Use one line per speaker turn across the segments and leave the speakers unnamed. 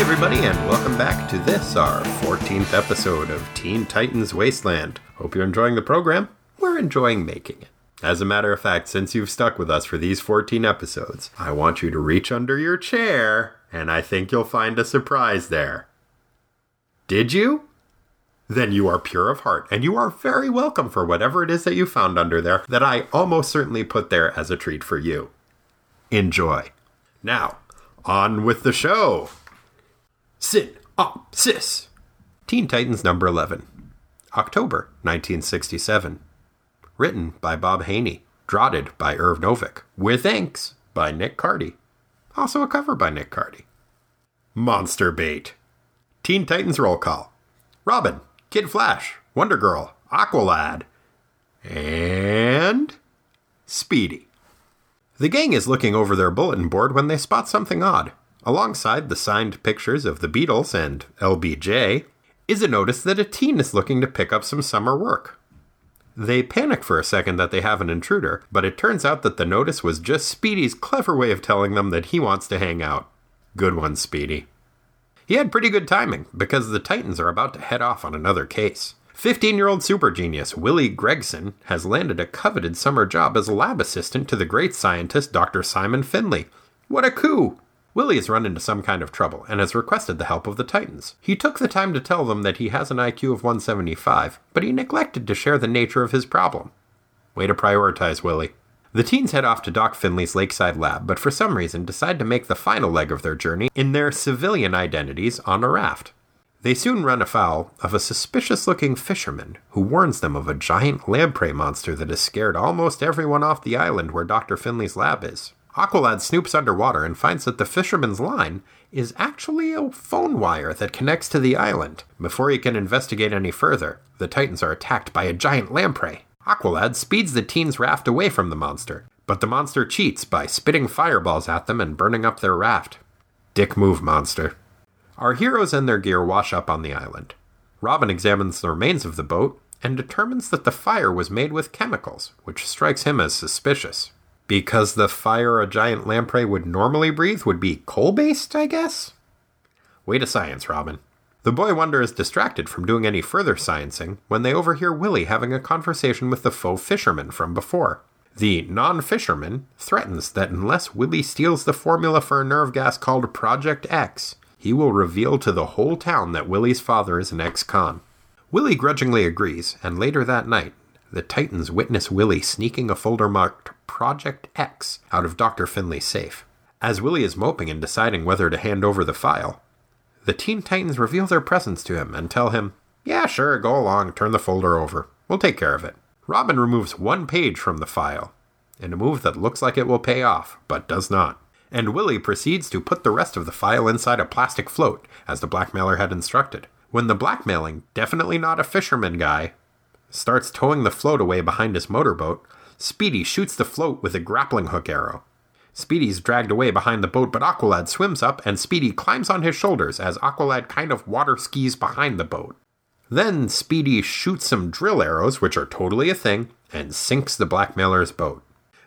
everybody, and welcome back to this, our 14th episode of Teen Titans Wasteland. Hope you're enjoying the program. We're enjoying making it. As a matter of fact, since you've stuck with us for these 14 episodes, I want you to reach under your chair, and I think you'll find a surprise there. Did you? Then you are pure of heart, and you are very welcome for whatever it is that you found under there that I almost certainly put there as a treat for you. Enjoy. Now, on with the show. Synopsis Teen Titans number 11, October 1967. Written by Bob Haney, drotted by Irv Novick, with inks by Nick Carty. Also a cover by Nick Carty. Monster Bait. Teen Titans roll call Robin, Kid Flash, Wonder Girl, Aqualad, and Speedy. The gang is looking over their bulletin board when they spot something odd. Alongside the signed pictures of the Beatles and LBJ, is a notice that a teen is looking to pick up some summer work. They panic for a second that they have an intruder, but it turns out that the notice was just Speedy's clever way of telling them that he wants to hang out. Good one, Speedy. He had pretty good timing because the Titans are about to head off on another case. 15 year old super genius Willie Gregson has landed a coveted summer job as a lab assistant to the great scientist Dr. Simon Finley. What a coup! Willie has run into some kind of trouble and has requested the help of the Titans. He took the time to tell them that he has an IQ of 175, but he neglected to share the nature of his problem. Way to prioritize, Willie. The teens head off to Doc Finley's lakeside lab, but for some reason decide to make the final leg of their journey in their civilian identities on a raft. They soon run afoul of a suspicious looking fisherman who warns them of a giant lamprey monster that has scared almost everyone off the island where Dr. Finley's lab is. Aqualad snoops underwater and finds that the fisherman's line is actually a phone wire that connects to the island. Before he can investigate any further, the Titans are attacked by a giant lamprey. Aqualad speeds the teen's raft away from the monster, but the monster cheats by spitting fireballs at them and burning up their raft. Dick move, monster. Our heroes and their gear wash up on the island. Robin examines the remains of the boat and determines that the fire was made with chemicals, which strikes him as suspicious. Because the fire a giant lamprey would normally breathe would be coal based, I guess? Way to science, Robin. The boy wonder is distracted from doing any further sciencing when they overhear Willie having a conversation with the faux fisherman from before. The non fisherman threatens that unless Willie steals the formula for a nerve gas called Project X, he will reveal to the whole town that Willie's father is an ex con. Willie grudgingly agrees, and later that night, the Titans witness Willie sneaking a folder marked Project X out of Dr. Finley's safe. As Willie is moping and deciding whether to hand over the file, the Teen Titans reveal their presence to him and tell him, Yeah, sure, go along, turn the folder over. We'll take care of it. Robin removes one page from the file, in a move that looks like it will pay off, but does not. And Willie proceeds to put the rest of the file inside a plastic float, as the blackmailer had instructed. When the blackmailing, definitely not a fisherman guy, starts towing the float away behind his motorboat, Speedy shoots the float with a grappling hook arrow. Speedy's dragged away behind the boat, but Aqualad swims up and Speedy climbs on his shoulders as Aqualad kind of water skis behind the boat. Then Speedy shoots some drill arrows, which are totally a thing, and sinks the blackmailer's boat.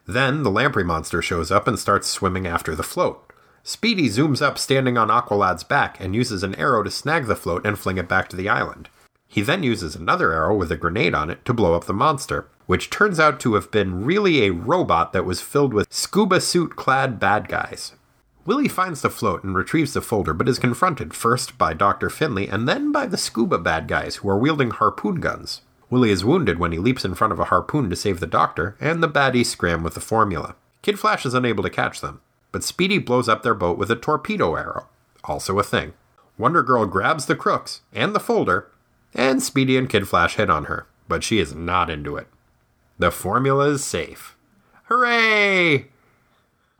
Then the lamprey monster shows up and starts swimming after the float. Speedy zooms up standing on Aqualad's back and uses an arrow to snag the float and fling it back to the island. He then uses another arrow with a grenade on it to blow up the monster, which turns out to have been really a robot that was filled with scuba suit clad bad guys. Willie finds the float and retrieves the folder, but is confronted first by Dr. Finley and then by the scuba bad guys who are wielding harpoon guns. Willie is wounded when he leaps in front of a harpoon to save the doctor, and the baddies scram with the formula. Kid Flash is unable to catch them, but Speedy blows up their boat with a torpedo arrow, also a thing. Wonder Girl grabs the crooks and the folder, and Speedy and Kid Flash hit on her, but she is not into it. The formula is safe. Hooray!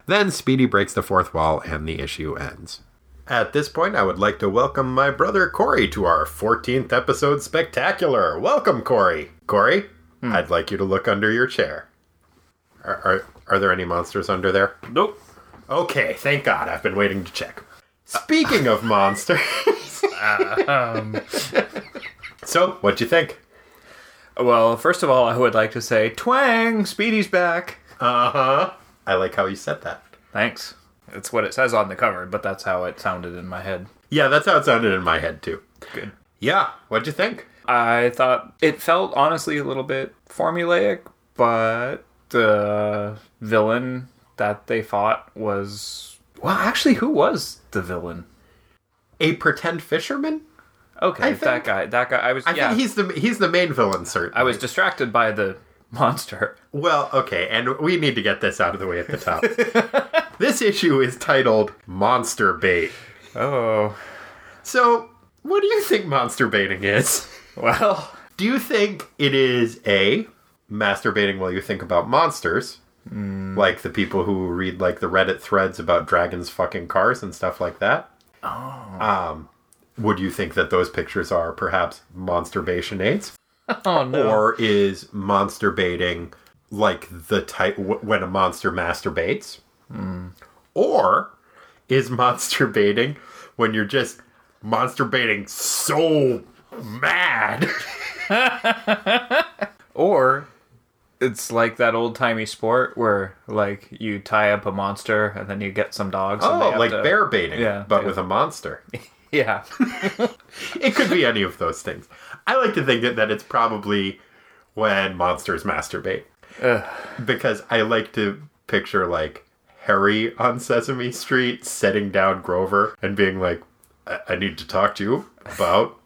Then Speedy breaks the fourth wall and the issue ends. At this point, I would like to welcome my brother Corey to our 14th episode spectacular. Welcome, Corey. Corey, I'd like you to look under your chair. Are, are, are there any monsters under there?
Nope.
Okay, thank God. I've been waiting to check. Speaking of monsters. so, what'd you think?
Well, first of all, I would like to say, Twang, Speedy's back.
Uh huh. I like how you said that.
Thanks. That's what it says on the cover, but that's how it sounded in my head.
Yeah, that's how it sounded in my head, too.
Good.
Yeah, what'd you think?
I thought it felt honestly a little bit formulaic, but the villain that they fought was well, actually, who was the villain?
A pretend fisherman?
Okay,
I
that
think-
guy. That guy. I was.
I
yeah,
think he's the he's the main villain, sir.
I was distracted by the monster.
Well, okay, and we need to get this out of the way at the top. this issue is titled Monster Bait.
Oh
So, what do you think monster baiting is?
well.
Do you think it is A, masturbating while you think about monsters?
Hmm.
Like the people who read like the Reddit threads about dragons fucking cars and stuff like that?
Oh.
Um, would you think that those pictures are perhaps masturbation aids?
Oh no.
or is monster baiting like the type w- when a monster masturbates
Hmm.
or is monster baiting when you're just monster baiting so mad
Or it's like that old timey sport where like you tie up a monster and then you get some dogs. and they
oh
have
like
to-
bear baiting
Yeah,
but
yeah.
with a monster
Yeah.
it could be any of those things i like to think that, that it's probably when monsters masturbate because i like to picture like harry on sesame street setting down grover and being like i, I need to talk to you about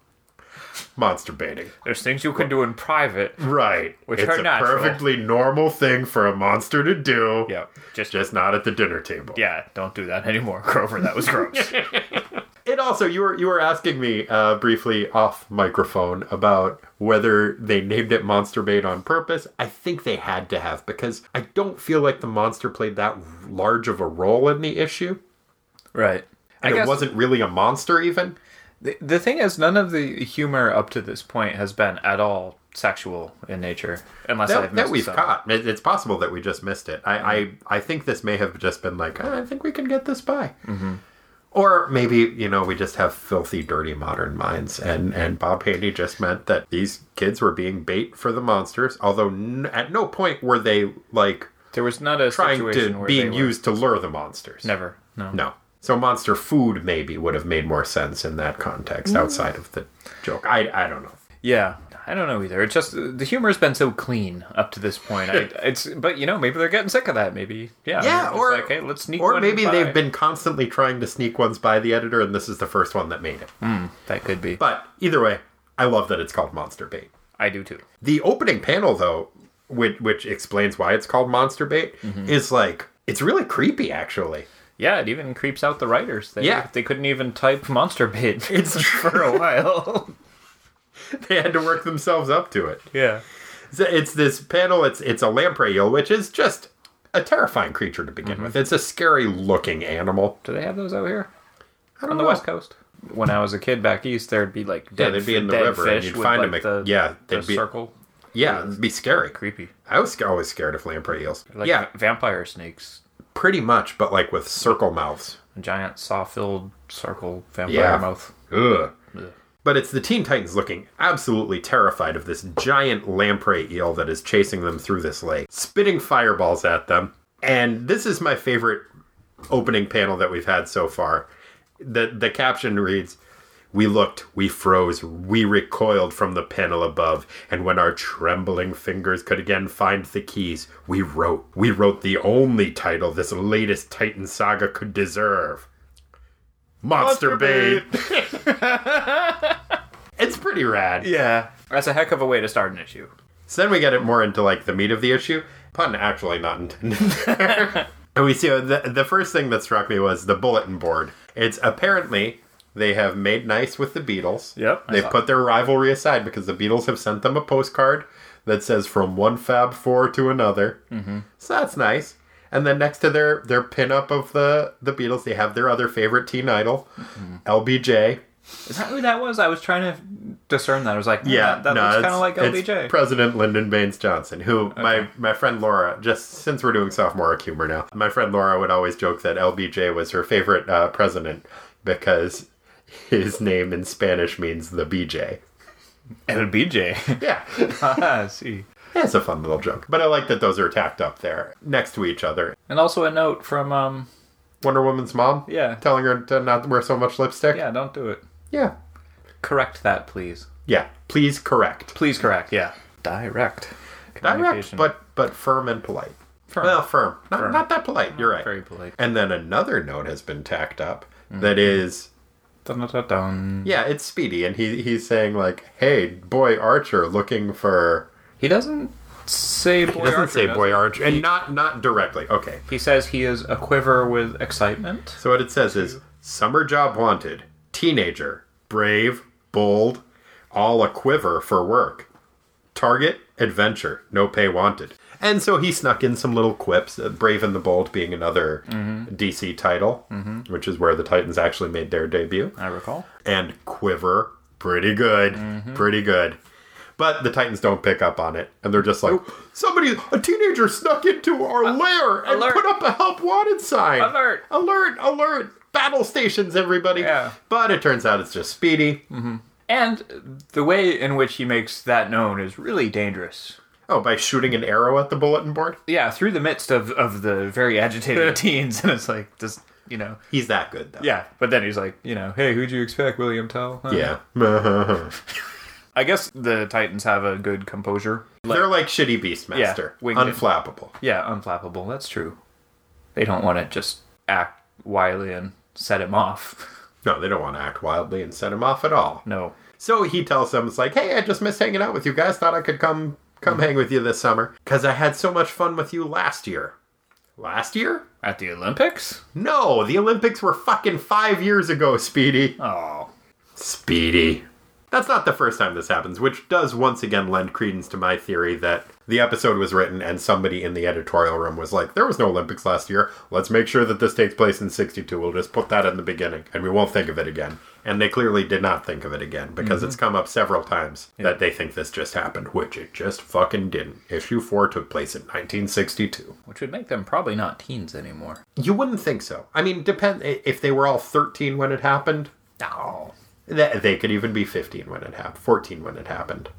monster baiting
There's things you can do in private.
right
Which
it's
are
a
natural.
perfectly normal thing for a monster to do
Yeah. Just,
just not at the dinner table
yeah, don't do that anymore, Grover. That was gross.
And also, you were you were asking me uh, briefly off microphone about whether they named it Monster Bait on purpose. I think they had to have because I don't feel like the monster played that large of a role in the issue,
right.
and it wasn't really a monster even.
the, the thing is none of the humor up to this point has been at all sexual in nature unless I've
That,
missed
that we've
some. Mm-hmm.
caught. It- it's possible that we just missed it. I, I I think this may have just been like "Ah, I think we can get this by.
Mm-hmm.
Or maybe you know we just have filthy, dirty modern minds, and and Bob Haney just meant that these kids were being bait for the monsters. Although n- at no point were they like
There was not a
trying
situation
to
where
being
they
used to lure the monsters.
were, never. No.
No. So monster food maybe would have made more sense in that context
Mm.
outside of the joke. I I don't know.
Yeah, I don't know either. It's just uh, the humor's been so clean up to this point. I, it's but you know maybe they're getting sick of that. Maybe yeah.
Yeah,
it's
or-
like, hey, let's sneak.
Or
one
maybe
by.
they've been constantly trying to sneak ones by the editor, and this is the first one that made it.
Hmm. That could be.
But either way, I love that it's called Monster Bait.
I do too.
The opening panel, though, which, which explains why it's called Monster Bait,
Mm-hmm.
is like, it's really creepy, actually.
Yeah, it even creeps out the writers. They,
Yeah.
they couldn't even type monster bait
It's
for a while.
they had to work themselves up to it.
yeah.
So it's this panel, it's it's a lamprey eel, which is just a terrifying creature to
Mm-hmm.
begin with. It's a scary looking animal.
Do they have those out here
I don't
on the
know.
west coast? When I was a kid back east, there'd be like dead,
Yeah, they'd be in the
dead
river, and
fish
you'd
with,
find
like,
them at-
The,
yeah,
the
they'd be-
circle
Yeah, it'd be scary.
creepy.
I was always scared of lamprey eels.
Like
yeah,
vampire snakes,
pretty much, but like with circle mouths.
giant saw-filled circle vampire
Yeah.
mouth.
Ugh. But it's the Teen Titans looking absolutely terrified of this giant lamprey eel that is chasing them through this lake, spitting fireballs at them. And this is my favorite opening panel that we've had so far. The the caption reads we looked, we froze, we recoiled from the panel above, and when our trembling fingers could again find the keys, we wrote. We wrote the only title this latest Titan saga could deserve Monster, Bait. It's pretty rad.
Yeah. That's a heck of a way to start an issue.
So then we get it more into like the meat of the issue. Pun actually not intended there. and we see uh, the, the first thing that struck me was the bulletin board. It's apparently they have made nice with the Beatles.
Yep, I
They
saw
put their rivalry aside because the Beatles have sent them a postcard that says from one Fab Four to another. Mm-hmm. So that's nice. And then next to their their pinup of the the Beatles, they have their other favorite teen idol,
Mm-hmm.
LBJ.
Is that who that was? I was trying to discern that. I was like, yeah,
Yeah,
Uh, that, that
no,
looks kind
it's-
of like
it's
LBJ.
President Lyndon Baines Johnson, who my my friend Laura, just since we're doing sophomore humor now, my friend Laura would always joke that LBJ was her favorite uh, president because his name in Spanish means the BJ.
LBJ.
Yeah,
ah, see.
it's a fun little joke, but I like that those are tacked up there next to each other.
And also a note from um,
Wonder Woman's mom,
Yeah.
telling her to not wear so much lipstick.
Yeah, don't do it.
Yeah.
Correct that, please.
Yeah. Please correct.
Please correct, yeah. Direct.
Direct,
Communication.
but but firm and polite.
Firm.
Well, firm. Not, not that polite. You're right.
Very polite.
And then another note has been tacked up that is
Dun, dun, dun, dun.
yeah, it's Speedy, and he he's saying like, "Hey, boy Archer, looking for."
He doesn't say boy
He doesn't
Archer,
say
does
boy
he?
Archer, and not not directly. Okay,
He says he is a quiver with excitement.
so what it says is summer job wanted, teenager, brave, bold, all a quiver for work. Target adventure, no pay wanted. And so he snuck in some little quips, uh, Brave and the Bold being another DC title, which is where the Titans actually made their debut.
I recall.
and quiver pretty good
Mm-hmm.
pretty good but the titans don't pick up on it and they're just like somebody a teenager snuck into our lair and
alert.
put up a help wanted sign
Alert.
alert alert battle stations everybody
Yeah. Mm.
but it turns out it's just speedy
And the way in which he makes that known is really dangerous.
oh by shooting an arrow at the bulletin board
Yeah, through the midst of, of the very agitated teens, and it's like, just, you know.
he's that good though
Yeah, but then he's like, you know, hey, who'd you expect, William Tell? Huh?
yeah Uh-huh.
I guess the Titans have a good composure.
they're like shitty beastmaster
Yeah, winged it.
unflappable
Yeah, unflappable. That's true. They don't want to just act wily and set him off.
no they don't want to act wildly and set him off at all
No.
So he tells them, it's like, hey, I just missed hanging out with you guys. Thought I could come come hang with you this summer. Because I had so much fun with you last year. Last year?
At the Olympics?
No, the Olympics were fucking five years ago, Speedy.
Oh.
Speedy. That's not the first time this happens, which does once again lend credence to my theory that the episode was written and somebody in the editorial room was like, there was no Olympics last year. Let's make sure that this takes place in 62. We'll just put that in the beginning and we won't think of it again. And they clearly did not think of it again because it's come up several times that they think this just happened, which it just fucking didn't. Issue 4 took place in 1962.
Which would make them probably not teens anymore.
You wouldn't think so. I mean, depend if they were all 13 when it happened,
No.
Th- They could even be 15 when it happened, 14 when it happened.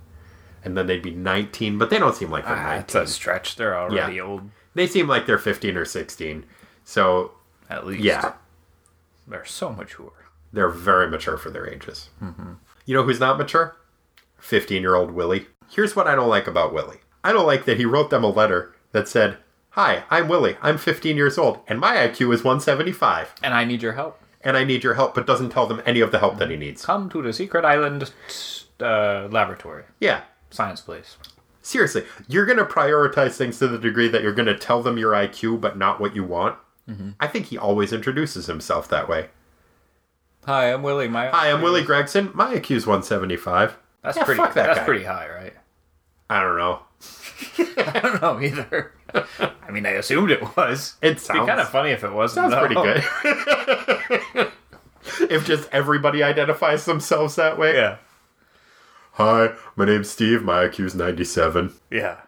And then they'd be 19, but they don't seem like they're 19.
That's Ah, a stretch. They're already
Yeah.
old,
They seem like they're 15 or 16. So,
at least.
yeah,
They're so mature.
they're very mature for their ages. You know who's not mature? 15 year old Willie. Here's what I don't like about Willie I don't like that he wrote them a letter that said, Hi, I'm Willie. I'm 15 years old, and my IQ is 175,
And I need your help.
and I need your help, but doesn't tell them any of the help that he needs.
Come to the Secret Island uh, laboratory,
Yeah,
science place.
Seriously, you're going to prioritize things to the degree that you're going to tell them your IQ, but not what you want.
Mm-hmm.
I think he always introduces himself that way.
Hi, I'm Willie. My
Hi, I'm Willie Gregson. My IQ's 175.
That's
Yeah,
pretty.
Fuck that
that's
guy.
pretty high, right?
I don't know.
I don't know either. I mean, I assumed it was.
It
It'd
sounds
be kind of funny if it wasn't.
sounds
though.
pretty good. if just everybody identifies themselves that way.
Yeah.
Hi, my name's Steve. My IQ's 97.
Yeah.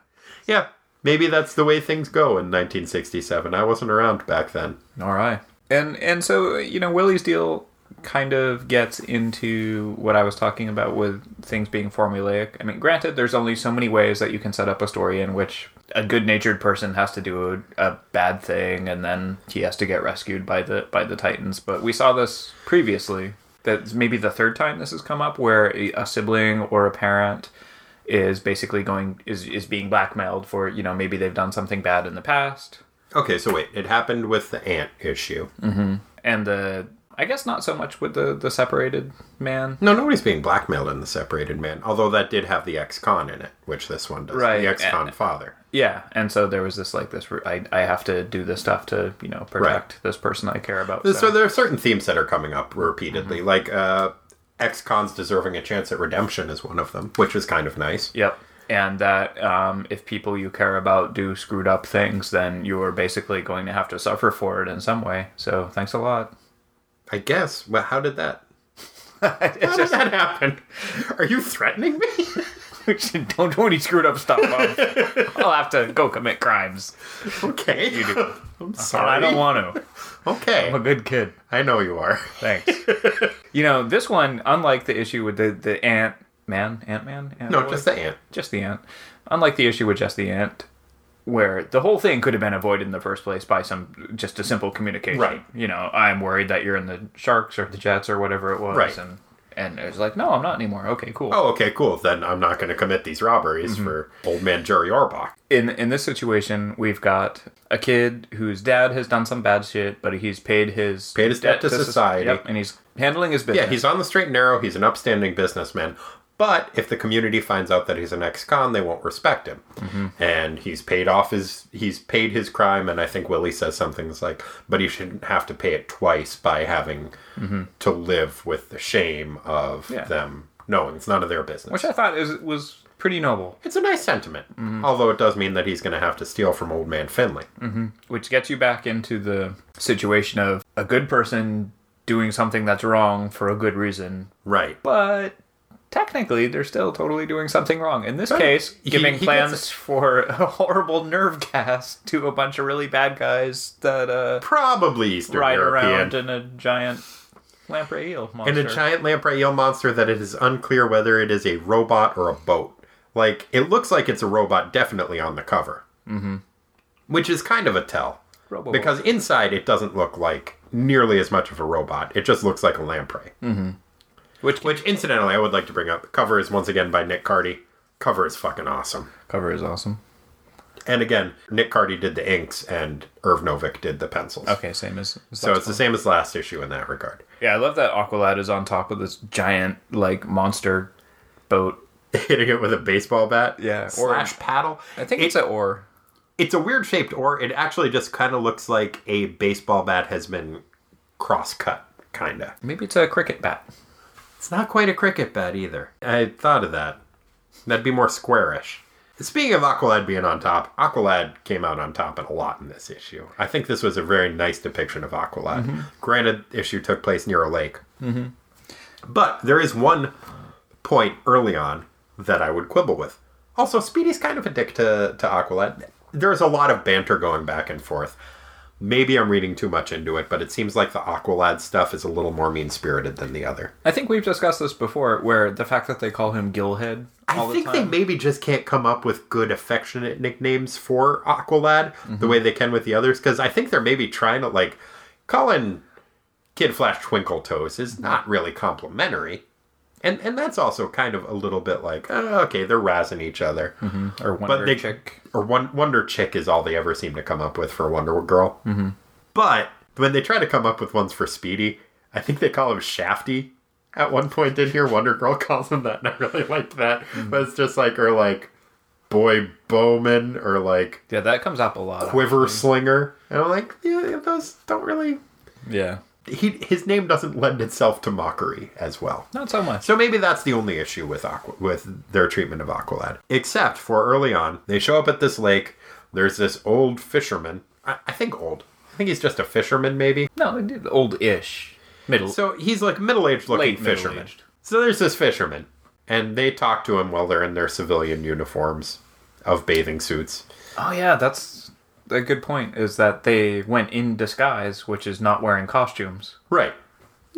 Yeah, maybe that's the way things go in 1967. I wasn't around back then.
All right. And and so you know Willie's deal kind of gets into what I was talking about with things being formulaic. I mean, granted, there's only so many ways that you can set up a story in which a good-natured person has to do a, a bad thing and then he has to get rescued by the by the Titans. But we saw this previously. That's maybe the third time this has come up, where a a sibling or a parent is basically going is is being blackmailed for you know maybe they've done something bad in the past
Okay, so wait, it happened with the ant issue.
and the I guess not so much with the the separated man.
No, nobody's being blackmailed in The Separated Man, although that did have the ex con in it, which this one does.
Right,
The ex con father.
Yeah, and so there was this like this. re- I I have to do this stuff to you know protect this person I care about.
So.
so- Mm-hmm.
there are certain themes that are coming up repeatedly, like uh, ex cons deserving a chance at redemption is one of them, which is kind of nice.
Yep. And that um, if people you care about do screwed up things, then you are basically going to have to suffer for it in some way. So thanks a lot.
I guess. Well, how did that. How did that happen? Are you threatening me?
Don't do any screwed up stuff. I'll, I'll have to go commit crimes.
okay. You do. I'm
And
sorry.
I don't want to.
Okay.
I'm a good kid.
I know you are.
Thanks. you know, this one, unlike the issue with the the ant man, ant man,
No, just the ant.
just the ant. Unlike the issue with just the ant, where the whole thing could have been avoided in the first place by some just a simple communication.
Right.
You know, I'm worried that you're in the Sharks or the Jets or whatever it was.
Right.
And and it was like, no, I'm not anymore. Okay, cool.
Oh, okay, cool. Then I'm not going to commit these robberies
Mm-hmm.
for old man Jerry Orbach.
in in this situation, we've got a kid whose dad has done some bad shit, but he's paid his
Paid his debt to
soc-
society.
yep, and he's handling his business.
Yeah, he's on the straight and narrow. He's an upstanding businessman. But if the community finds out that he's an ex-con, they won't respect him.
Mm-hmm.
And he's paid off his he's paid his crime. And I think Willie says something like, "But he shouldn't have to pay it twice by having to live with the shame of
Mm-hmm. Yeah.
them knowing it's none of their business."
which I Mm-hmm. thought is was pretty noble,
it's a nice sentiment, although it does mean that he's going to have to steal from old man Finley.
Mm. which gets you back into the situation of a good person doing something that's wrong for a good reason,
Right.
but technically they're still totally doing something wrong. In this
But
case,
he-
giving
he gets
plans
it.
for a horrible nerve gas to a bunch of really bad guys that uh,
Probably Eastern
ride
European.
around in a giant lamprey eel monster.
and a giant lamprey eel monster that it is unclear whether it is a robot or a boat. Like it looks like it's a robot, definitely on the cover, mm-hmm. which is kind of a tell
Robo-
because inside it doesn't look like nearly as much of a robot. It just looks like a lamprey.
Mm-hmm. which
Which, incidentally, I would like to bring up. The cover is once again by Nick Carty. Cover is fucking awesome.
cover is awesome.
And again, Nick Carty did the inks, and Irv Novick did the pencils.
Okay, same as
So it's the same as last issue in that regard.
yeah. I love that Aqualad is on top of this giant like monster boat.
Hitting it with a baseball bat,
Yeah, or-
slash paddle.
I think
It-
it's an oar.
it's a weird shaped or it actually just kind of looks like a baseball bat has been cross cut kind of
Maybe it's a cricket bat.
it's not quite a cricket bat either i thought of that that'd be more squarish speaking of aqualad being on top aqualad came out on top in a lot in this issue i think this was a very nice depiction of aqualad granted the issue took place near a lake but there is one point early on that I would quibble with. Also, Speedy's kind of a dick to, to Aqualad. There's a lot of banter going back and forth. Maybe I'm reading too much into it, but it seems like the Aqualad stuff is a little more mean spirited than the other.
I think we've discussed this before, where the fact that they call him Gillhead all
I
the
think
time.
they maybe just can't come up with good affectionate nicknames for Aqualad
Mm-hmm.
the way they can with the others, because I think they're maybe trying to, like, calling Kid Flash Twinkle Toes is
Mm-hmm.
not really complimentary. And, and that's also kind of a little bit like, oh, okay, they're razzing each other.
or Wonder
but they
Chick.
or Won- Wonder Chick is all they ever seem to come up with for Wonder Girl. Mm-hmm. But when they try to come up with ones for Speedy, I think they call him Shafty. At one point in here, Wonder Girl calls him that, and I really liked that.
Mm-hmm.
But it's just like or like Boy Bowman or like
Yeah, that comes up a lot.
Quiver Slinger, and I'm like, yeah, those don't really.
Yeah,
He his name doesn't lend itself to mockery as well.
not so much.
So maybe that's the only issue with Aqua, with their treatment of Aqualad. Except for early on, they show up at this lake. There's this old fisherman. I, I think old. I think he's just a fisherman, maybe.
No, they did old-ish, middle.
So he's like middle-aged looking
Late
fisherman.
middle-aged.
So there's this fisherman, and they talk to him while they're in their civilian uniforms of bathing suits.
oh yeah, that's a good point. Is that they went in disguise, which is not wearing costumes.
Right.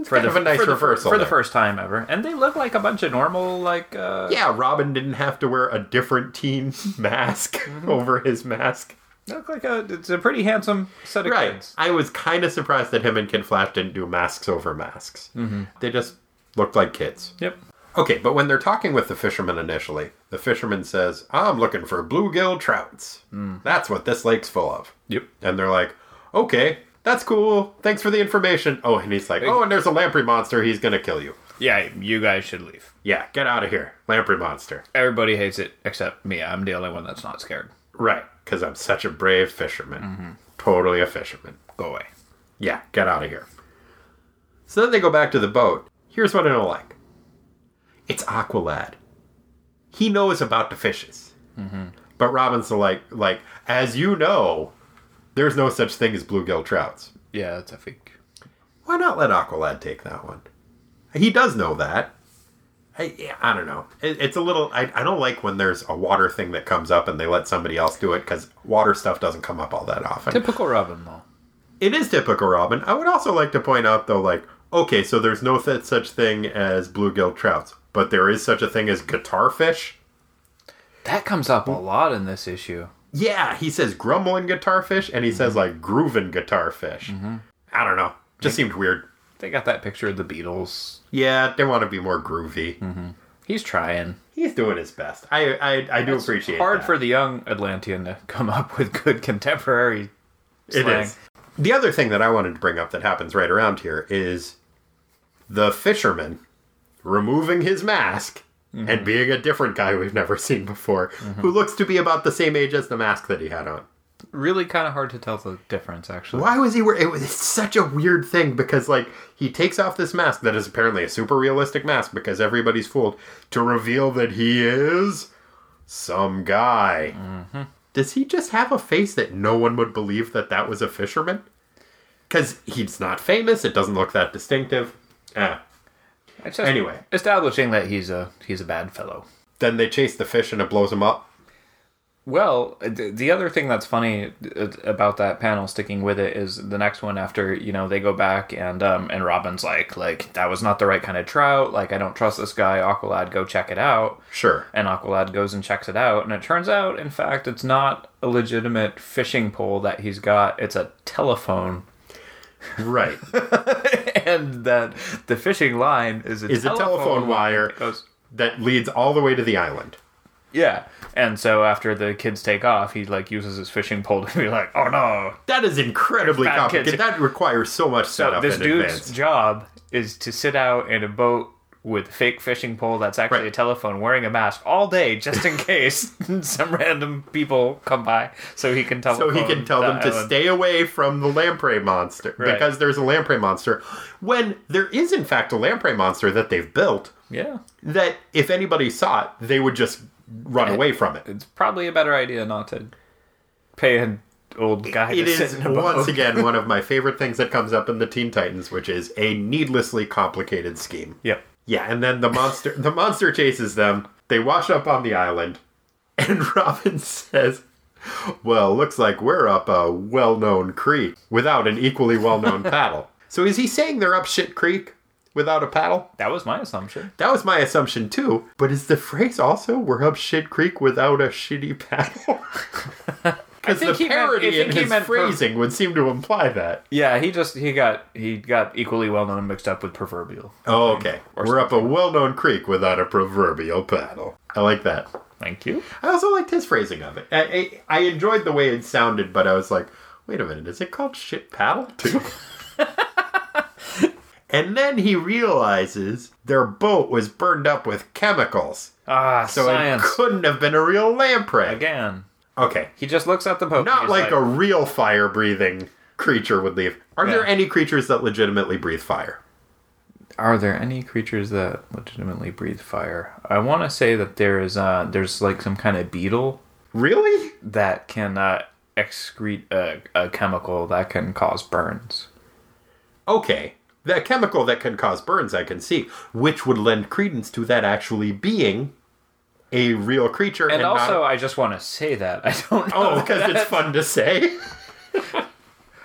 for
kind
the
of a nice
for the-
reversal
for the
there.
first time ever, and they look like a bunch of normal like uh,
Yeah, Robin didn't have to wear a different teen mask over his mask.
they look like a it's a pretty handsome set of
Right.
kids.
I was kind of surprised that him and Kid Flash didn't do masks over masks. Mm-hmm. They just looked like kids.
Yep.
Okay, but when they're talking with the fisherman initially, the fisherman says, I'm looking for bluegill trouts. That's what this lake's full of.
Yep.
And they're like, okay, that's cool. Thanks for the information. Oh, and he's like, oh, and there's a lamprey monster. He's going to kill you.
Yeah, you guys should leave.
Yeah, get out of here. Lamprey monster.
Everybody hates it except me. I'm the only one that's not scared.
Right, Mm-hmm. because I'm such a brave fisherman. Totally a fisherman.
Go away.
Yeah, get out of here. So then they go back to the boat. Here's what I don't like it's Aqualad. He knows about the fishes. But Robin's like, like, as you know, there's no such thing as bluegill trouts.
Yeah, that's a fake.
Why not let Aqualad take that one? He does know that. I, yeah, I don't know. It, it's a little. I, I don't like when there's a water thing that comes up and they let somebody else do it because water stuff doesn't come up all that often.
Typical Robin though.
It is typical Robin. I would also like to point out, though, like, okay, so there's no th- such thing as bluegill trouts, but there is such a thing as guitar fish.
That comes up a lot in this issue.
Yeah, he says grumbling guitarfish and he says like grooving guitarfish. I don't know. Just seemed weird.
They got that picture of the Beatles.
Yeah, they want to be more groovy.
He's trying.
He's doing his best. I I, I do appreciate
Hard
that.
for the young Atlantean to come up with good contemporary
It
slang.
is. The other thing that I wanted to bring up that happens right around here is the fisherman removing his mask and being a different guy we've never seen before, who looks to be about the same age as the mask that he had on.
Really kind of hard to tell the difference, actually.
Why was he wearing? It was it's such a weird thing because like he takes off this mask that is apparently a super realistic mask because everybody's fooled to reveal that he is some guy.
Mm-hmm.
Does he just have a face that no one would believe that that was a fisherman? Because he's not famous. It doesn't look that distinctive. Eh.
It's just
Anyway.
establishing that he's a he's a bad fellow.
Then they chase the fish and it blows him up.
Well, th- the other thing that's funny uh, about that panel, sticking with it, is the next one after you know they go back and um and Robin's like like that was not the right kind of trout. Like I don't trust this guy. Aqualad, go check it out.
Sure.
And Aqualad goes and checks it out, and it turns out, in fact, it's not a legitimate fishing pole that he's got. It's a telephone,
Right.
and that the fishing line is a
Is a telephone wire.
It goes-
that leads all the way to the island.
yeah, and so after the kids take off, he like uses his fishing pole to be like, "Oh no,
That is incredibly
Bad kids.
complicated. That requires so much
So
setup
this
in
dude's
advance.
job is to sit out in a boat with a fake fishing pole that's actually
Right.
a telephone, wearing a mask all day just in case some random people come by, so he can tell.
so he can tell them to stay away from the lamprey monster
Right.
because there's a lamprey monster when there is in fact a lamprey monster that they've built
Yeah,
that if anybody saw it they would just run away from it
it's probably a better idea not to pay an old guy
it
to sit
is
in a boat.
once again one of my favorite things that comes up in the teen titans which is a needlessly complicated scheme
Yep.
yeah and then the monster the monster chases them they wash up on the island and robin says Well, looks like we're up a well known creek without an equally well known paddle. So is he saying they're up shit creek without a paddle?
That was my assumption.
That was my assumption too. But is the phrase also we're up shit creek without a shitty paddle? Because
think
the
he meant- I
parody
think
in
he
his
meant per-
phrasing would seem to imply that.
Yeah, he just he got he got equally well known and mixed up with proverbial.
Oh, okay. We're up a well known creek without a proverbial paddle. I like that.
Thank you.
I also liked his phrasing of it. I, I, I enjoyed the way it sounded, but I was like, wait a minute, is it called shit paddle too? and then he realizes their boat was burned up with chemicals,
Ah,
so
science
it couldn't have been a real lamprey.
again.
Okay,
He just looks at the boat. and
not
he's
like, a real fire breathing creature would leave. Are there
Yeah.
any creatures that legitimately breathe fire?
Are there any creatures that legitimately breathe fire? I want to say that there is uh there's like some kind of beetle
Really?
that can uh, excrete a, a chemical that can cause burns.
okay, that chemical that can cause burns, I can see, which would lend credence to that actually being a real creature.
And, also,
not,
I just want to say that I don't know.
oh, because it's fun to say.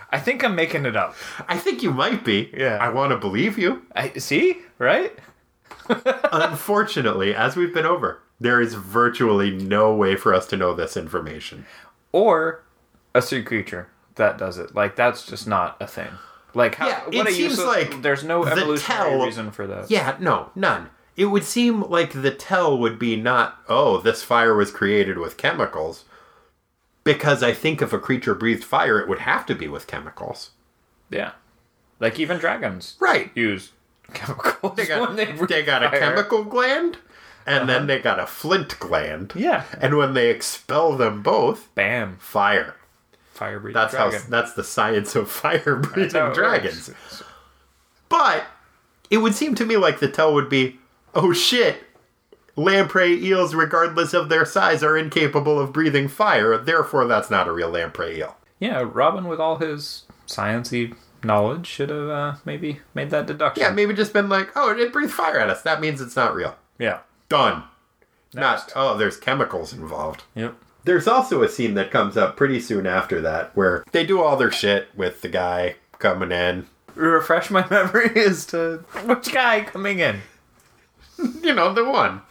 I think I'm making it up.
I think you might be.
Yeah.
I want to believe you.
I see, right?
Unfortunately, as we've been over, there is virtually no way for us to know this information.
Or a sea creature that does it. Like that's just not a thing. Like how,
Yeah,
what
it
a
seems
useless-
like
there's no
the
evolutionary
tell-
reason for that.
Yeah, no, none. It would seem like the tell would be not, oh, this fire was created with chemicals. Because I think if a creature breathed fire, it would have to be with chemicals.
Yeah. Like even dragons
Right.
use chemicals
They got,
when they breathe
they got a
fire. Uh-huh.
chemical gland, and then they got a flint gland.
Yeah.
And when they expel them both,
Bam.
fire.
Fire breathing
That's
dragon.
how. That's the science of fire breathing
That's how it
dragons.
works.
But it would seem to me like the tell would be, oh shit, lamprey eels, regardless of their size, are incapable of breathing fire. Therefore, that's not a real lamprey eel.
Yeah, Robin with all his sciencey knowledge should have uh, maybe made that deduction.
Yeah, maybe just been like, oh, it breathed fire at us. That means it's not real.
Yeah.
Done. Not.
Next.
Oh, there's chemicals involved.
Yep.
There's also a scene that comes up pretty soon after that where they do all their shit with the guy coming in.
Refresh my memory as to which guy coming in.
You know, the one.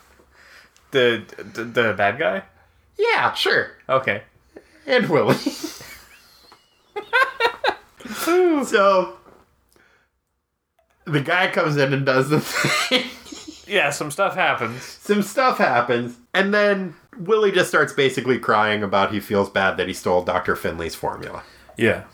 The the, the bad guy?
Yeah, sure.
Okay. and Willie.
So the guy comes in and does the thing.
yeah, some stuff happens.
Some stuff happens, and then Willie just starts basically crying about he feels bad that he stole Dr. Finley's formula.
Yeah.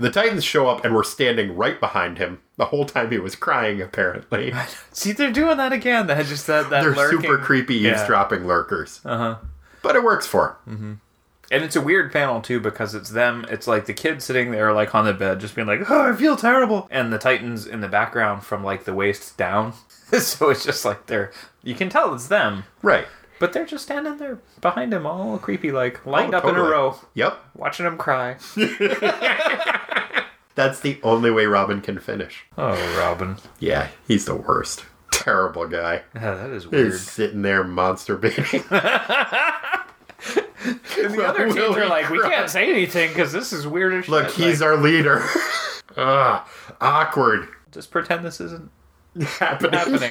The Titans show up and were standing right behind him the whole time he was crying, apparently.
See, they're doing that again. That just that that
They're
lurking-
super creepy
Yeah. Uh-huh.
eavesdropping lurkers. Uh huh. But it works for him.
And it's a weird panel too because it's them. It's like the kid sitting there, like on the bed, just being like, "Oh, I feel terrible," and the Titans in the background from like the waist down. so it's just like they're. You can tell it's them,
Right.
but they're just standing there behind him, all creepy, like lined
Oh,
up in a
totally.
row,
Yep.
watching him cry.
That's the only way Robin can finish.
Oh, Robin,
Yeah, he's the worst. Terrible guy.
Yeah, that is
He's
weird.
sitting there monster baiting.
And the other
Willie
teams are like, "We
cried.
can't say anything because this is weird as
Look,
shit."
he's
Like,
our leader. Ugh, awkward.
just pretend this isn't
Happening.
happening.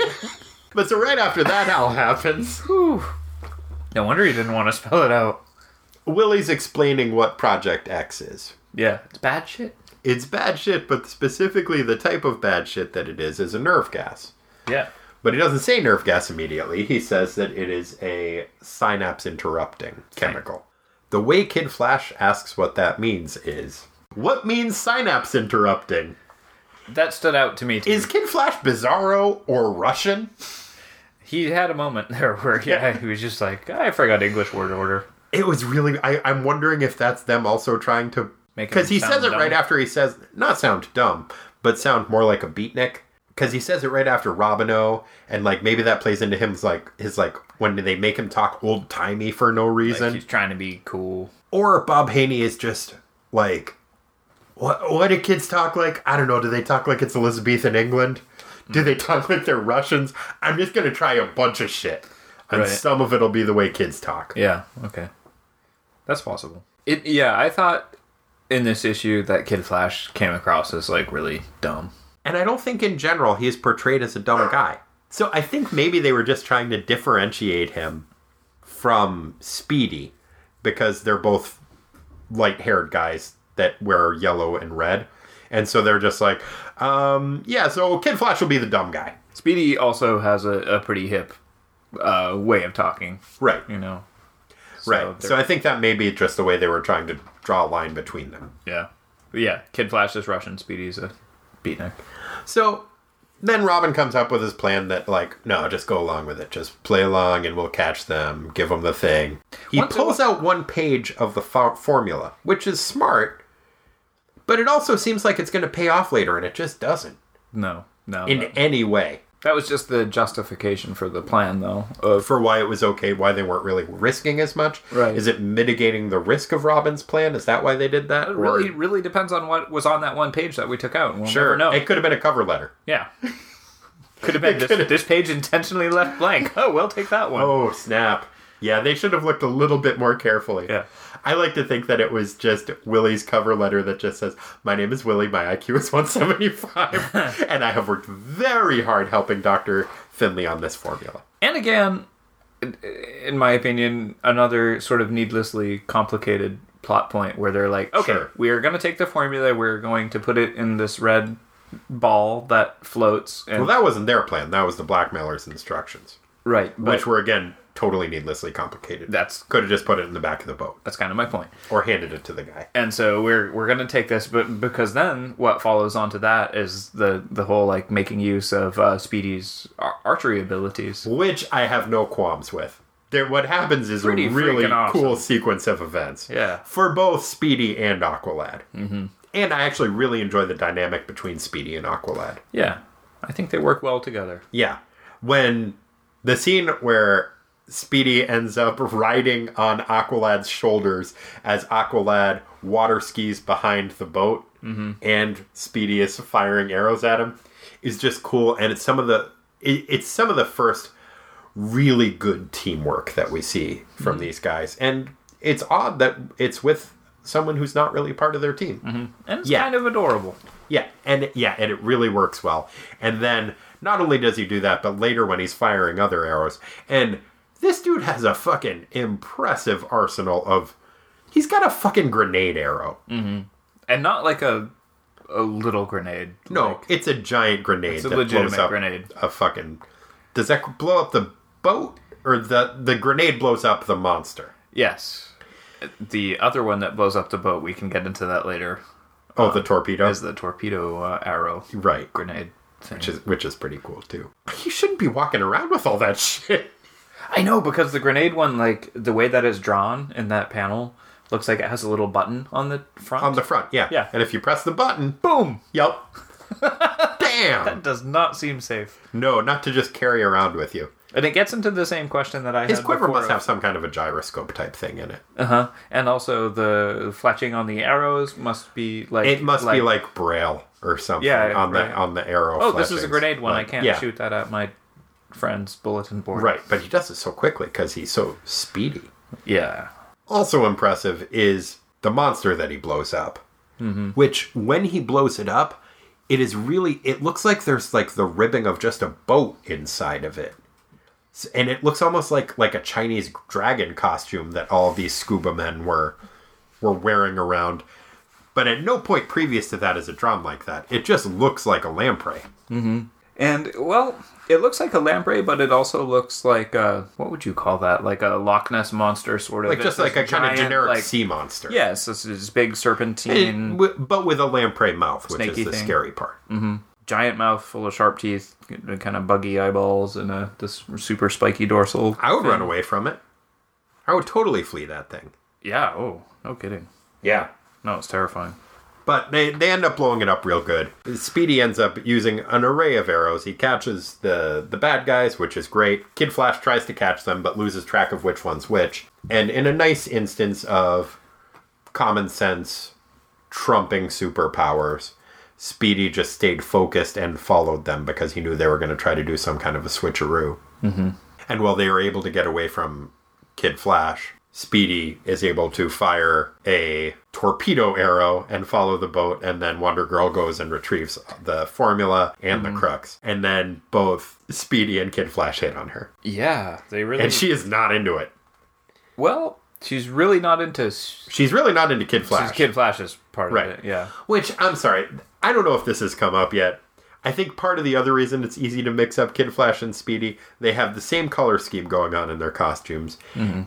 But so right after that all happens,
Whew. No wonder you didn't want to spell it out.
Willie's explaining what Project X is.
Yeah, it's bad shit.
It's bad shit, but specifically the type of bad shit that it is is a nerve gas.
Yeah.
But he doesn't say nerve gas immediately. He says that it is a synapse interrupting chemical. The way Kid Flash asks what that means is what means synapse interrupting?
That stood out to me too.
Is Kid Flash bizarro or Russian?
he had a moment there where yeah, he was just like, I forgot English word order.
It was really. I, I'm wondering if that's them also trying to
Make
because
him
he
sound
says it
dumb.
right after he says not sound dumb, but sound more like a beatnik. Because he says it right after Robino, and like maybe that plays into him's like his like when they make him talk old timey for no reason,
Like he's trying to be cool.
or Bob Haney is just like, what what do kids talk like? I don't know. Do they talk like it's Elizabethan England? Do they talk like they're Russians? I'm just gonna try a bunch of shit, and
Right.
some of it'll be the way kids talk.
Yeah. Okay. That's possible. It. Yeah, I thought in this issue that Kid Flash came across as like really dumb.
And I don't think in general he is portrayed as a dumb guy. So I think maybe they were just trying to differentiate him from Speedy because they're both light haired guys that wear yellow and red. And so they're just like, um, yeah, so Kid Flash will be the dumb guy.
Speedy also has a, a pretty hip uh, way of talking.
Right.
You know.
right.
they're-
So I think that may be just the way they were trying to draw a line between them.
yeah. Yeah. Kid Flash is Russian. Speedy's a beatnik.
So then Robin comes up with his plan that like, no, just go along with it. Just play along and we'll catch them, give them the thing. He
Once-
pulls out one page of the fo- formula, which is smart, but it also seems like it's going to pay off later and it just doesn't
No. No.
in
no.
any way Uh,
That was just the justification for the plan, though. Uh, Of
for why it was okay, why they weren't really risking as much.
Right.
Is it mitigating the risk of Robin's plan? Is that why they did that? Or-
really, really depends on what was on that one page that we took out. and We'll
Sure.
never know.
It could have been a cover letter.
yeah, could have been this, this page intentionally left blank. Oh, we'll take that one.
Oh, snap. Yeah, they should have looked a little bit more carefully.
Yeah.
I like to think that it was just Willie's cover letter that just says, My name is Willie, my IQ is 175, and I have worked very hard helping Dr. Finley on this formula.
And again, in- in my opinion, another sort of needlessly complicated plot point where they're like, okay,
Sure.
we are going to take the formula, we're going to put it in this red ball that floats, and
Well, that wasn't their plan, that was the blackmailer's instructions,
right, but
which were, again, totally needlessly complicated.
That's-
Could have just put it in the back of the boat
that's kind of my point.
or handed it to the guy.
and so we're we're gonna take this, but because then what follows onto that is the the whole like making use of uh, Speedy's ar- archery abilities.
Which I have no qualms with. There, what happens is
Pretty
a really
freaking awesome.
cool sequence of events.
Yeah.
for both Speedy and Aqualad. Mm-hmm. And I actually really enjoy the dynamic between Speedy and Aqualad.
Yeah, I think they work well together.
Yeah, when the scene where Speedy ends up riding on Aqualad's shoulders as Aqualad water skis behind the boat, and Speedy is firing arrows at him, is just cool. And it's some of the it, it's some of the first really good teamwork that we see from these guys, and it's odd that it's with someone who's not really part of their team.
And it's
Yeah.
kind of adorable.
Yeah, and yeah, and it really works well. And then not only does he do that, but later when he's firing other arrows, and this dude has a fucking impressive arsenal of He's got a fucking grenade arrow.
Mm, and not like a a little grenade.
No, it's a giant grenade.
It's a
that
legitimate
blows up
grenade.
A fucking. Does that blow up the boat or the the grenade blows up the monster?
Yes. The other one that blows up the boat, we can get into that later,
Oh, the torpedo.
Uh, is the torpedo uh, arrow
right,
grenade. Thing.
which is which is pretty cool too. You shouldn't be walking around with all that shit.
I know because the grenade one, like the way that is drawn in that panel, looks like it has a little button on the front.
On the front, yeah,
Yeah.
And if you press the button,
boom,
yep. Damn.
does not seem safe.
No, not to just carry around with you.
And it gets into the same question that I
His
had
quiver
before
must have some kind of a gyroscope type thing in it.
Uh huh. And also the fletching on the arrows must be like
It must be like braille or something
Yeah,
on
right.
the on the arrow.
oh this is a
flashings.
grenade one
Like,
I can't
yeah.
shoot that at my friend's bulletin board
Right, but he does it so quickly because he's so speedy.
yeah
Also impressive is the monster that he blows up,
Mm-hmm.
which when he blows it up, it is really, it looks like there's like the ribbing of just a boat inside of it. S- And it looks almost like like a Chinese dragon costume that all these scuba men were were wearing around. But at no point previous to that is it drawn like that. It just looks like a lamprey.
and well it looks like a lamprey but it also looks like a what would you call that like a Loch Ness monster sort of
Like
It's
just like a
this
kind of
giant,
generic
like-
sea monster.
yes this is big
It-
serpentine
wi- but with a lamprey mouth, which
Snaky
is the
thing.
scary part.
giant mouth full of sharp teeth kind of buggy eyeballs and a this super spiky dorsal
I would run away from it. I would totally flee that thing.
yeah oh no kidding
Yeah.
no it's terrifying
But they, they end up blowing it up real good. Speedy ends up using an array of arrows. He catches the, the bad guys, which is great. Kid Flash tries to catch them, but loses track of which one's which. And in a nice instance of common sense trumping superpowers, Speedy just stayed focused and followed them because he knew they were going to try to do some kind of a switcheroo. And while they are able to get away from Kid Flash, Speedy is able to fire a torpedo arrow and follow the boat, and then Wonder Girl goes and retrieves the formula and the crux. And then both Speedy and Kid Flash hit on her.
yeah they really
And she is not into it.
Well, she's really not into s-
She's really not into Kid Flash.
Kid Flash's part
Right.
of it. Yeah.
Which, I'm sorry, I don't know if this has come up yet. I think part of the other reason it's easy to mix up Kid Flash and Speedy, they have the same color scheme going on in their costumes.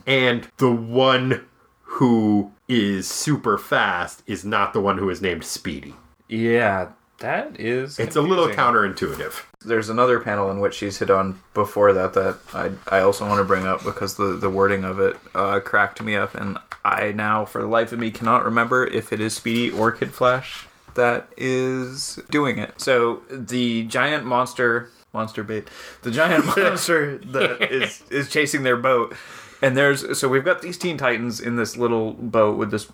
And the one who is super fast is not the one who is named Speedy.
Yeah, that is.
It's a little
confusing.
counterintuitive.
There's another panel in which she's hit on before that that I, I also want to bring up because the, the wording of it uh, cracked me up, and I now, for the life of me, cannot remember if it is Speedy or Kid Flash that is doing it. So the giant monster. Monster bait. The giant monster that is is chasing their boat, and there's so we've got these Teen Titans in this little boat with this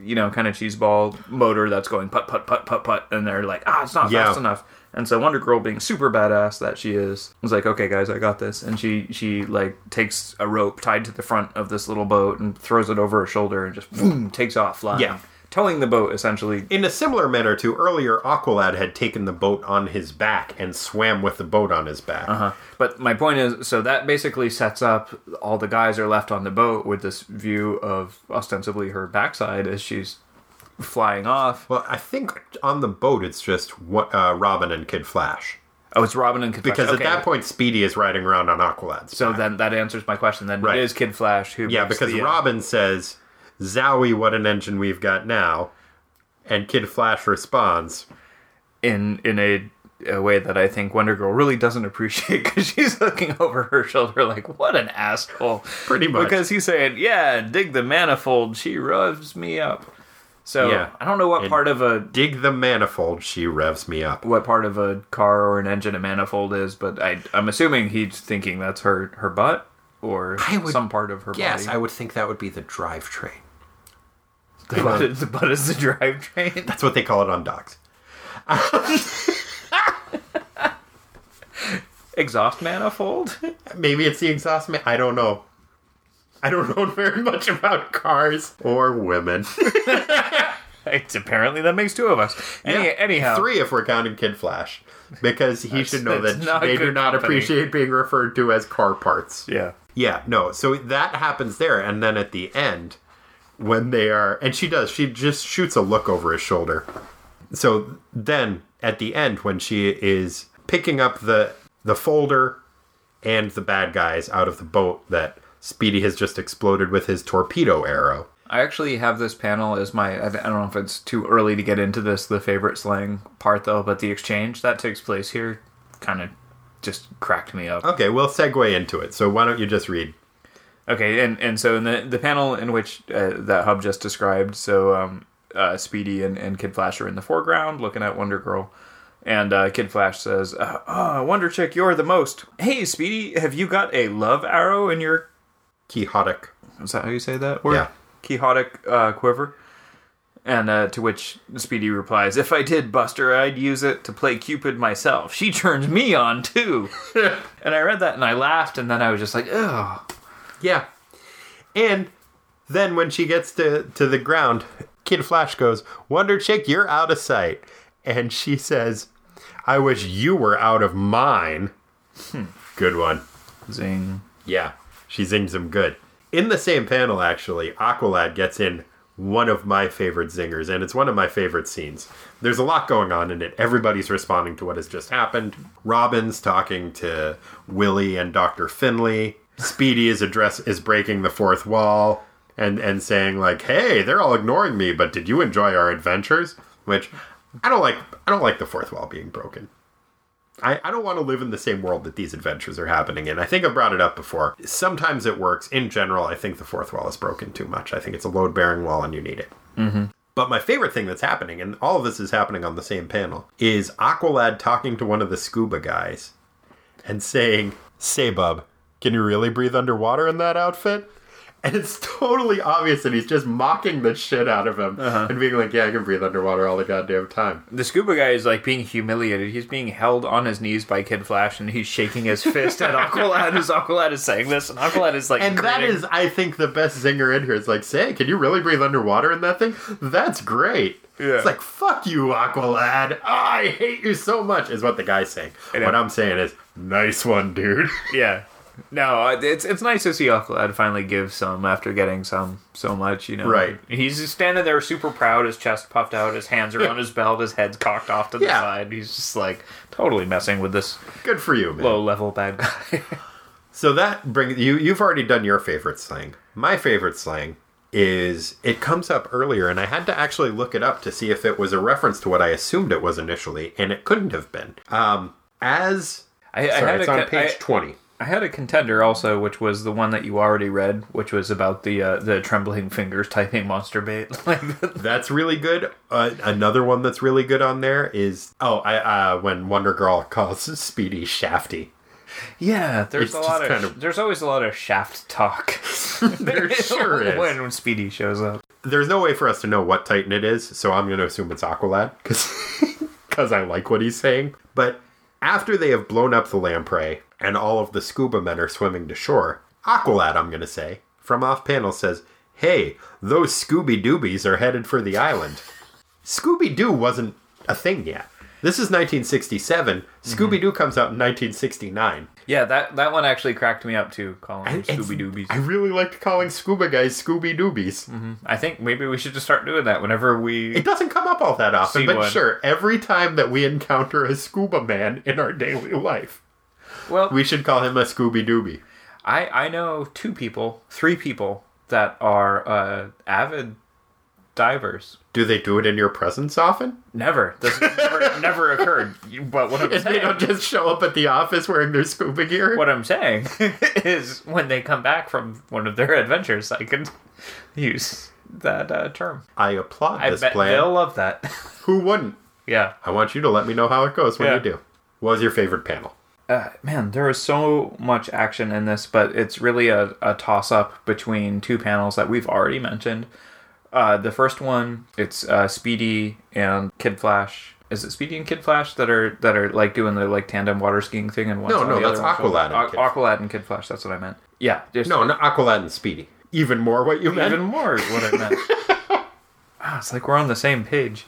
you know, kind of cheese ball motor that's going putt putt putt putt putt, and they're like, ah, it's not
Yeah.
fast enough. And so Wonder Girl, being super badass that she is, was like, okay, guys, I got this. And she she like takes a rope tied to the front of this little boat and throws it over her shoulder and just boom, takes off flying,
Yeah.
towing the boat essentially.
In a similar manner to earlier, Aqualad had taken the boat on his back and swam with the boat on his back.
Uh, but my point is, so that basically sets up all the guys are left on the boat with this view of ostensibly her backside as she's flying off.
Well, I think on the boat it's just what, uh, Robin and Kid Flash.
Oh, it's Robin and Confession.
Because
Okay.
at that point, Speedy is riding around on Aqualad's.
So then that answers my question. Then
Right.
it is Kid Flash who
yeah,
makes
because
the, uh,
Robin says, "Zowie, what an engine we've got now," and Kid Flash responds,
in in a, a way that I think Wonder Girl really doesn't appreciate because she's looking over her shoulder like what an asshole.
Pretty much.
because he's saying yeah, dig the manifold. She rubs me up. So
Yeah.
I don't know what
And-
part of a
"Dig the manifold." She revs me up.
what part of a car or an engine a manifold is, but I I'm assuming he's thinking that's her her butt or
I would
some part of her body.
would think that would be the drivetrain.
the, butt is, the butt is the drivetrain.
That's what they call it on docks.
Exhaust manifold.
Maybe it's the exhaust. Ma- I don't know. I don't know very much about cars or women.
It's apparently that makes two of us. Any,
Yeah.
Anyhow,
three if we're counting Kid Flash, because he should know
that's
that
not
they do
good
not
company.
appreciate being referred to as car parts.
Yeah.
Yeah, no. So that happens there, and then at the end, when they are and she does she just shoots a look over his shoulder so then at the end when she is picking up the the folder and the bad guys out of the boat that speedy has just exploded with his torpedo arrow
I actually have this panel as my. I don't know if it's too early to get into this, the favorite slang part though, but the exchange that takes place here kind of just cracked me up.
okay we'll segue into it so why don't you just read
Okay, and, and so in the, the panel in which uh, that hub just described, so um, uh, Speedy and, and Kid Flash are in the foreground looking at Wonder Girl. And uh, Kid Flash says, uh, oh, Wonder Chick, you're the most. Hey, Speedy, have you got a love arrow in your.
quixotic
Is that how you say that word?
Yeah.
Quixotic uh, quiver. And uh, to which Speedy replies, If I did, Buster, I'd use it to play Cupid myself. She turned me on, too. and I read that and I laughed, and then I was just like, Ugh.
Yeah. And then when she gets to, to the ground, Kid Flash goes, Wonder Chick, you're out of sight. And she says, I wish you were out of mine. Good one.
Zing.
Yeah. She zings him good. In the same panel, actually, Aqualad gets in one of my favorite zingers, and it's one of my favorite scenes. There's a lot going on in it. Everybody's responding to what has just happened. Robin's talking to Willie and Dr. Finley. Speedy is address is breaking the fourth wall and, and saying, like, hey, they're all ignoring me, but did you enjoy our adventures? Which I don't like I don't like the fourth wall being broken. I, I don't want to live in the same world that these adventures are happening in. I think I've brought it up before. Sometimes it works. In general, I think the fourth wall is broken too much. I think it's a load bearing wall and you need it. Mm-hmm. But my favorite thing that's happening, and all of this is happening on the same panel, is Aqualad talking to one of the scuba guys and saying, Say, bub, can you really breathe underwater in that outfit? And it's totally obvious that he's just mocking the shit out of him and being like, Yeah, I can breathe underwater all the goddamn time.
The scuba guy is like being humiliated. He's being held on his knees by Kid Flash, and he's shaking his fist at Aqualad as Aqualad is saying this, and Aqualad is like,
And that
grinning.
is, I think, the best zinger in here. It's like, say, can you really breathe underwater in that thing? That's great.
Yeah.
It's like, fuck you, Aqualad. I hate you so much, is what the guy's saying.
know.
What I'm saying is, nice one, dude.
yeah. No, it's it's nice to see Aqualad finally give some after getting some so much, you know.
Right.
He's just standing there, super proud, his chest puffed out, his hands are on his belt, his head's cocked off to the
Yeah.
side. He's just like totally messing with this
Good for you, man.
low level bad guy.
so that brings you. You've already done your favorite slang. My favorite slang is it comes up earlier, and I had to actually look it up to see if it was a reference to what I assumed it was initially, and it couldn't have been. Um, as
I, I
sorry,
had
it's
a
on
con-
page
I-
twenty.
I had a contender also, which was the one that you already read, which was about the uh, the trembling fingers typing monster bait. Like,
That's really good. Uh, another one that's really good on there is oh, I uh, when Wonder Girl calls Speedy Shafty.
yeah,
It's
there's a
just
lot of,
kind of-
there's always a lot of shaft talk.
There sure is.
when Speedy shows up.
There's no way for us to know what Titan it is, so I'm going to assume it's Aqualad because I like what he's saying. But after they have blown up the lamprey and all of the scuba men are swimming to shore, Aqualad, I'm going to say, from off panel says, "Hey, those Scooby Doobies are headed for the island." Scooby Doo wasn't a thing yet. This is 1967. Scooby Doo comes out in 1969.
Yeah, that that one actually cracked me up too, calling them
It's-
Scooby Doobies.
I
I,
really liked calling scuba guys Scooby Doobies.
think maybe we should just start doing that whenever we.
It doesn't come up all that often,
See
but
one.
sure, every time that we encounter a scuba man in our daily life,
well,
we should call him a Scooby Dooby.
I I know two people, three people that are uh, avid divers.
Do they do it in your presence often?
Never, this never, never occurred. But what I'm
And they
saying-
don't just show up at the office wearing their scuba gear?
What I'm saying is, when they come back from one of their adventures, I can use that uh, term.
I applaud
I
this
bet
plan.
they'll love that.
Who wouldn't?
yeah.
I want you to let me know how it goes when
Yeah.
you do. What was your favorite panel?
Uh, man, there is so much action in this, but it's really a, a toss up between two panels that we've already mentioned. Uh, the first one, it's uh, Speedy and Kid Flash. Is it Speedy and Kid Flash that are that are like doing their like tandem water skiing thing? And one's
No,
on
no,
the other
that's
one's shoulder?
Aqualad and Kid-
Aqu- Aqualad and Kid Flash. That's what I meant. Yeah, just
No, not Aqualad and Speedy. Even more what you meant?
even more is what it meant. Ah, it's like we're on the same page.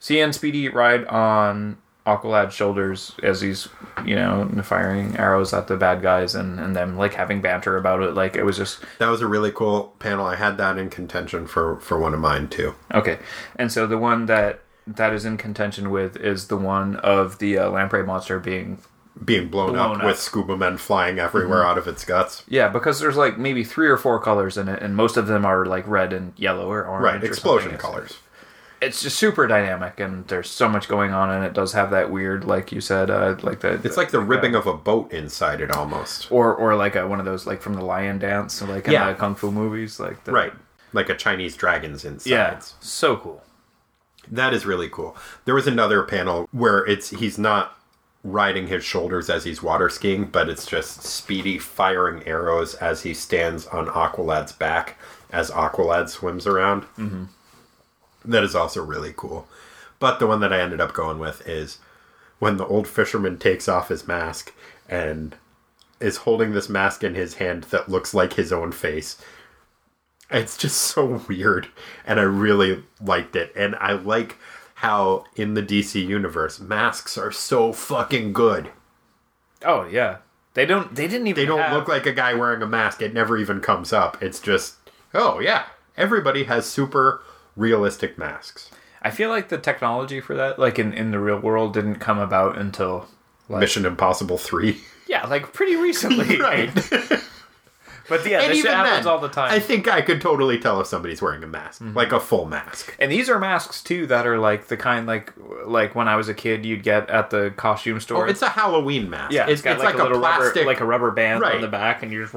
See and Speedy ride on Aqualad's shoulders as he's, you know, firing arrows at the bad guys and, and them like having banter about it. Like it was just
That was a really cool panel. I had that in contention for, for one of mine too.
Okay, and so the one that that is in contention with is the one of the uh, lamprey monster being
Being blown,
Blown
up,
up. Mm-hmm.
with scuba men flying everywhere out of its guts.
yeah because there's like maybe three or four colors in it, and most of them are like red and yellow or orange.
Right,
or
explosion
something.
colors.
It's just super dynamic, and there's so much going on, and it does have that weird, like you said, uh, like the
It's like the ribbing of a boat inside it almost.
or or like a, one of those like from the lion dance, like in
Yeah.
the kung fu movies, like the,
Right. Like a Chinese dragon's inside.
Yeah, so cool.
That is really cool. There was another panel where it's he's not riding his shoulders as he's water skiing, but it's just Speedy firing arrows as he stands on Aqualad's back as Aqualad swims around. Mm-hmm. is also really cool. But the one that I ended up going with is when the old fisherman takes off his mask and is holding this mask in his hand that looks like his own face it's just so weird and i really liked it and i like how in the dc universe masks are so fucking good
Oh yeah, they don't they didn't even
they don't
have-
look like a guy wearing a mask it never even comes up it's just oh yeah everybody has super realistic masks
I feel like the technology for that, like in, in the real world, didn't come about until like
mission impossible 3
yeah, like pretty recently. But yeah,
and
this
even
shit happens
then,
all the time. Mm-hmm.
i think i could totally tell if somebody's wearing a mask like a full mask
and these are masks too that are like the kind like like when I was a kid you'd get at the costume store.
Oh, it's a halloween mask
yeah,
it's,
got
it's
like,
like,
a little
plastic
rubber like a rubber band
Right.
on the back and you just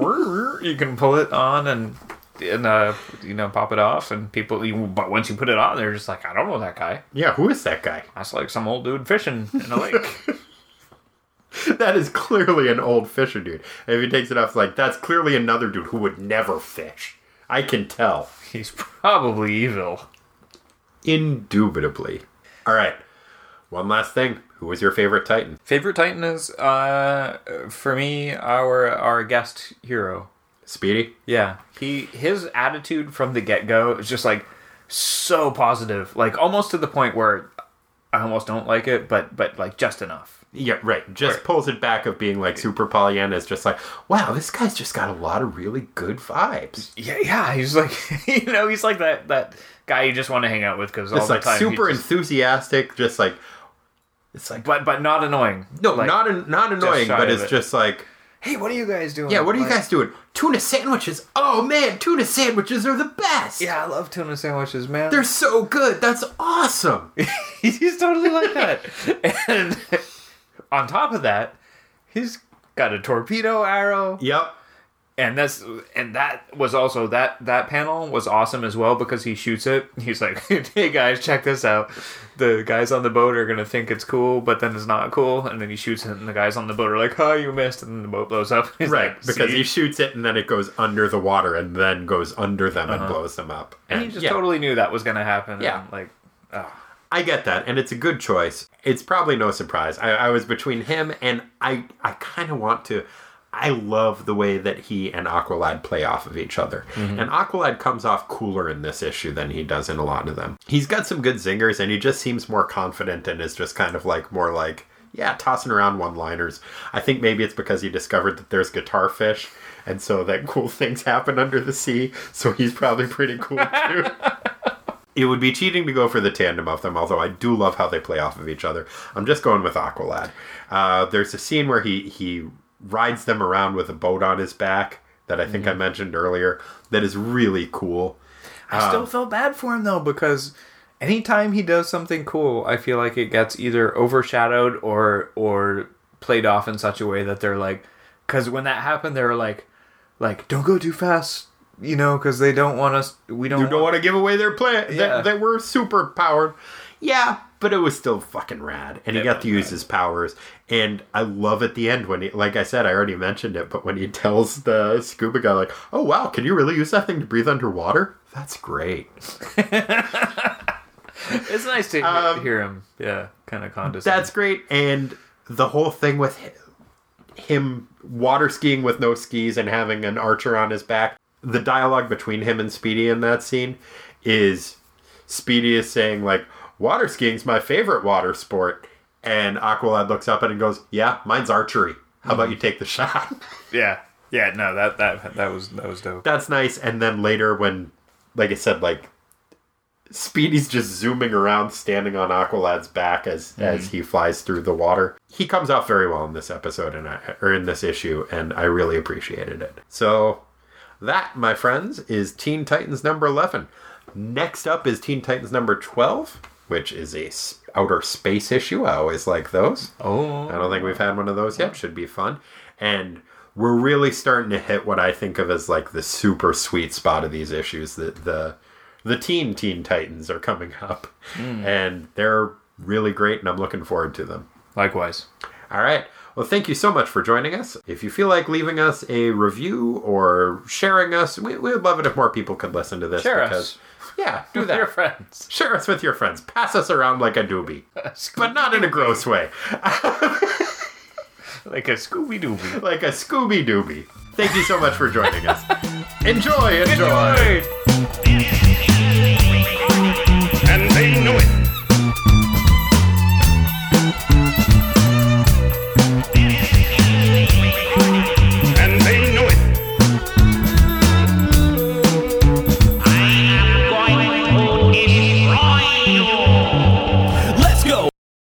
you can pull it on and and uh you know pop it off and people you, but once you put it on they're just like I don't know that guy.
yeah who is that guy
That's like some old dude fishing in a lake.
That is clearly an old fisher dude. And if he takes it off, like that's clearly another dude who would never fish. I can tell,
He's probably evil.
indubitably. All right, one last thing. Who was your favorite Titan?
Favorite Titan is uh for me our our guest hero.
Speedy.
Yeah. He his attitude from the get-go is just like so positive, like almost to the point where I almost don't like it, but but like just enough.
Yeah, right. Just
Right.
pulls it back of being like super Pollyanna is just like, wow, this guy's just got a lot of really good vibes.
Yeah, yeah, he's like you know, he's like that that guy you just want to hang out with cuz all
It's
the
like
time he's
super
just-
enthusiastic. Just like, it's like
but but not annoying.
no,
Like,
not an, not annoying,
shy
but
of
it's
it.
just like.
Hey, what are you guys doing?
Yeah, what are you
Like,
guys doing? Tuna sandwiches. Oh man, tuna sandwiches are the best.
Yeah, I love tuna sandwiches, man.
They're so good. That's awesome.
he's totally like that. and on top of that, he's got a torpedo arrow,
yep.
and that's and that was also that that panel was awesome as well because he shoots it. He's like, "Hey guys, check this out. The guys on the boat are gonna think it's cool, but then it's not cool." And then he shoots it, and the guys on the boat are like, "Oh, you missed!" And then the boat blows up. He's
Right,
like,
because
"See?"
he shoots it and then it goes under the water and then goes under them and blows them up.
and he just
yeah,
totally knew that was gonna happen.
Yeah.
and, like
I get that, and it's a good choice. It's probably no surprise. I, I was between him and I. I kind of want to. I love the way that he and Aqualad play off of each other. And Aqualad comes off cooler in this issue than he does in a lot of them. He's got some good zingers and he just seems more confident and is just kind of like more like, yeah, tossing around one liners. I think maybe it's because he discovered that there's guitar fish and so that cool things happen under the sea. So he's probably pretty cool too. It would be cheating to go for the tandem of them, although I do love how they play off of each other. I'm just going with Aqualad. Uh, there's a scene where he he rides them around with a boat on his back that I think I mentioned earlier. That is really cool.
I still feel bad for him though because anytime he does something cool, I feel like it gets either overshadowed or or played off in such a way that they're like, because when that happened, they were like, like don't go too fast, you know, because they don't want us. We don't.
You don't want to give away their plan
Yeah.
that, that we're super powered. Yeah, but it was still fucking rad. And he got to use his powers. And I love at the end when he, like I said, I already mentioned it, but when he tells the scuba guy, like, oh wow, can you really use that thing to breathe underwater? That's great.
it's nice to he- hear him. Yeah, kind of condescending.
That's great. And the whole thing with hi- him water skiing with no skis and having an archer on his back, the dialogue between him and Speedy in that scene is Speedy is saying, like, water skiing's my favorite water sport. And Aqualad looks up at it and goes, "Yeah, mine's archery. How about you take the shot?"
Yeah. Yeah, no, that that that was that was dope.
That's nice. And then later, when, like I said, like Speedy's just zooming around, standing on Aqualad's back as as he flies through the water. He comes out very well in this episode, and I, or in this issue, and I really appreciated it. So, that my friends is Teen Titans number eleven. Next up is Teen Titans number twelve, which is a s- outer space issue. I always like those.
Oh.
I don't think we've had one of those yet. Should be fun. And we're really starting to hit what I think of as like the super sweet spot of these issues. The the the teen Teen Titans are coming up,
Hmm.
and they're really great, and I'm looking forward to them.
Likewise.
All right. Well, thank you so much for joining us. If you feel like leaving us a review or sharing us, we, we would love it if more people could listen to this.
Share us.
Yeah, do
With your
that.
friends.
Share us with your friends. Pass us around like a doobie, but not in a gross way.
like a Scooby Doo.
like a Scooby Dooby. Thank you so much for joining us. Enjoy, enjoy.
Enjoy.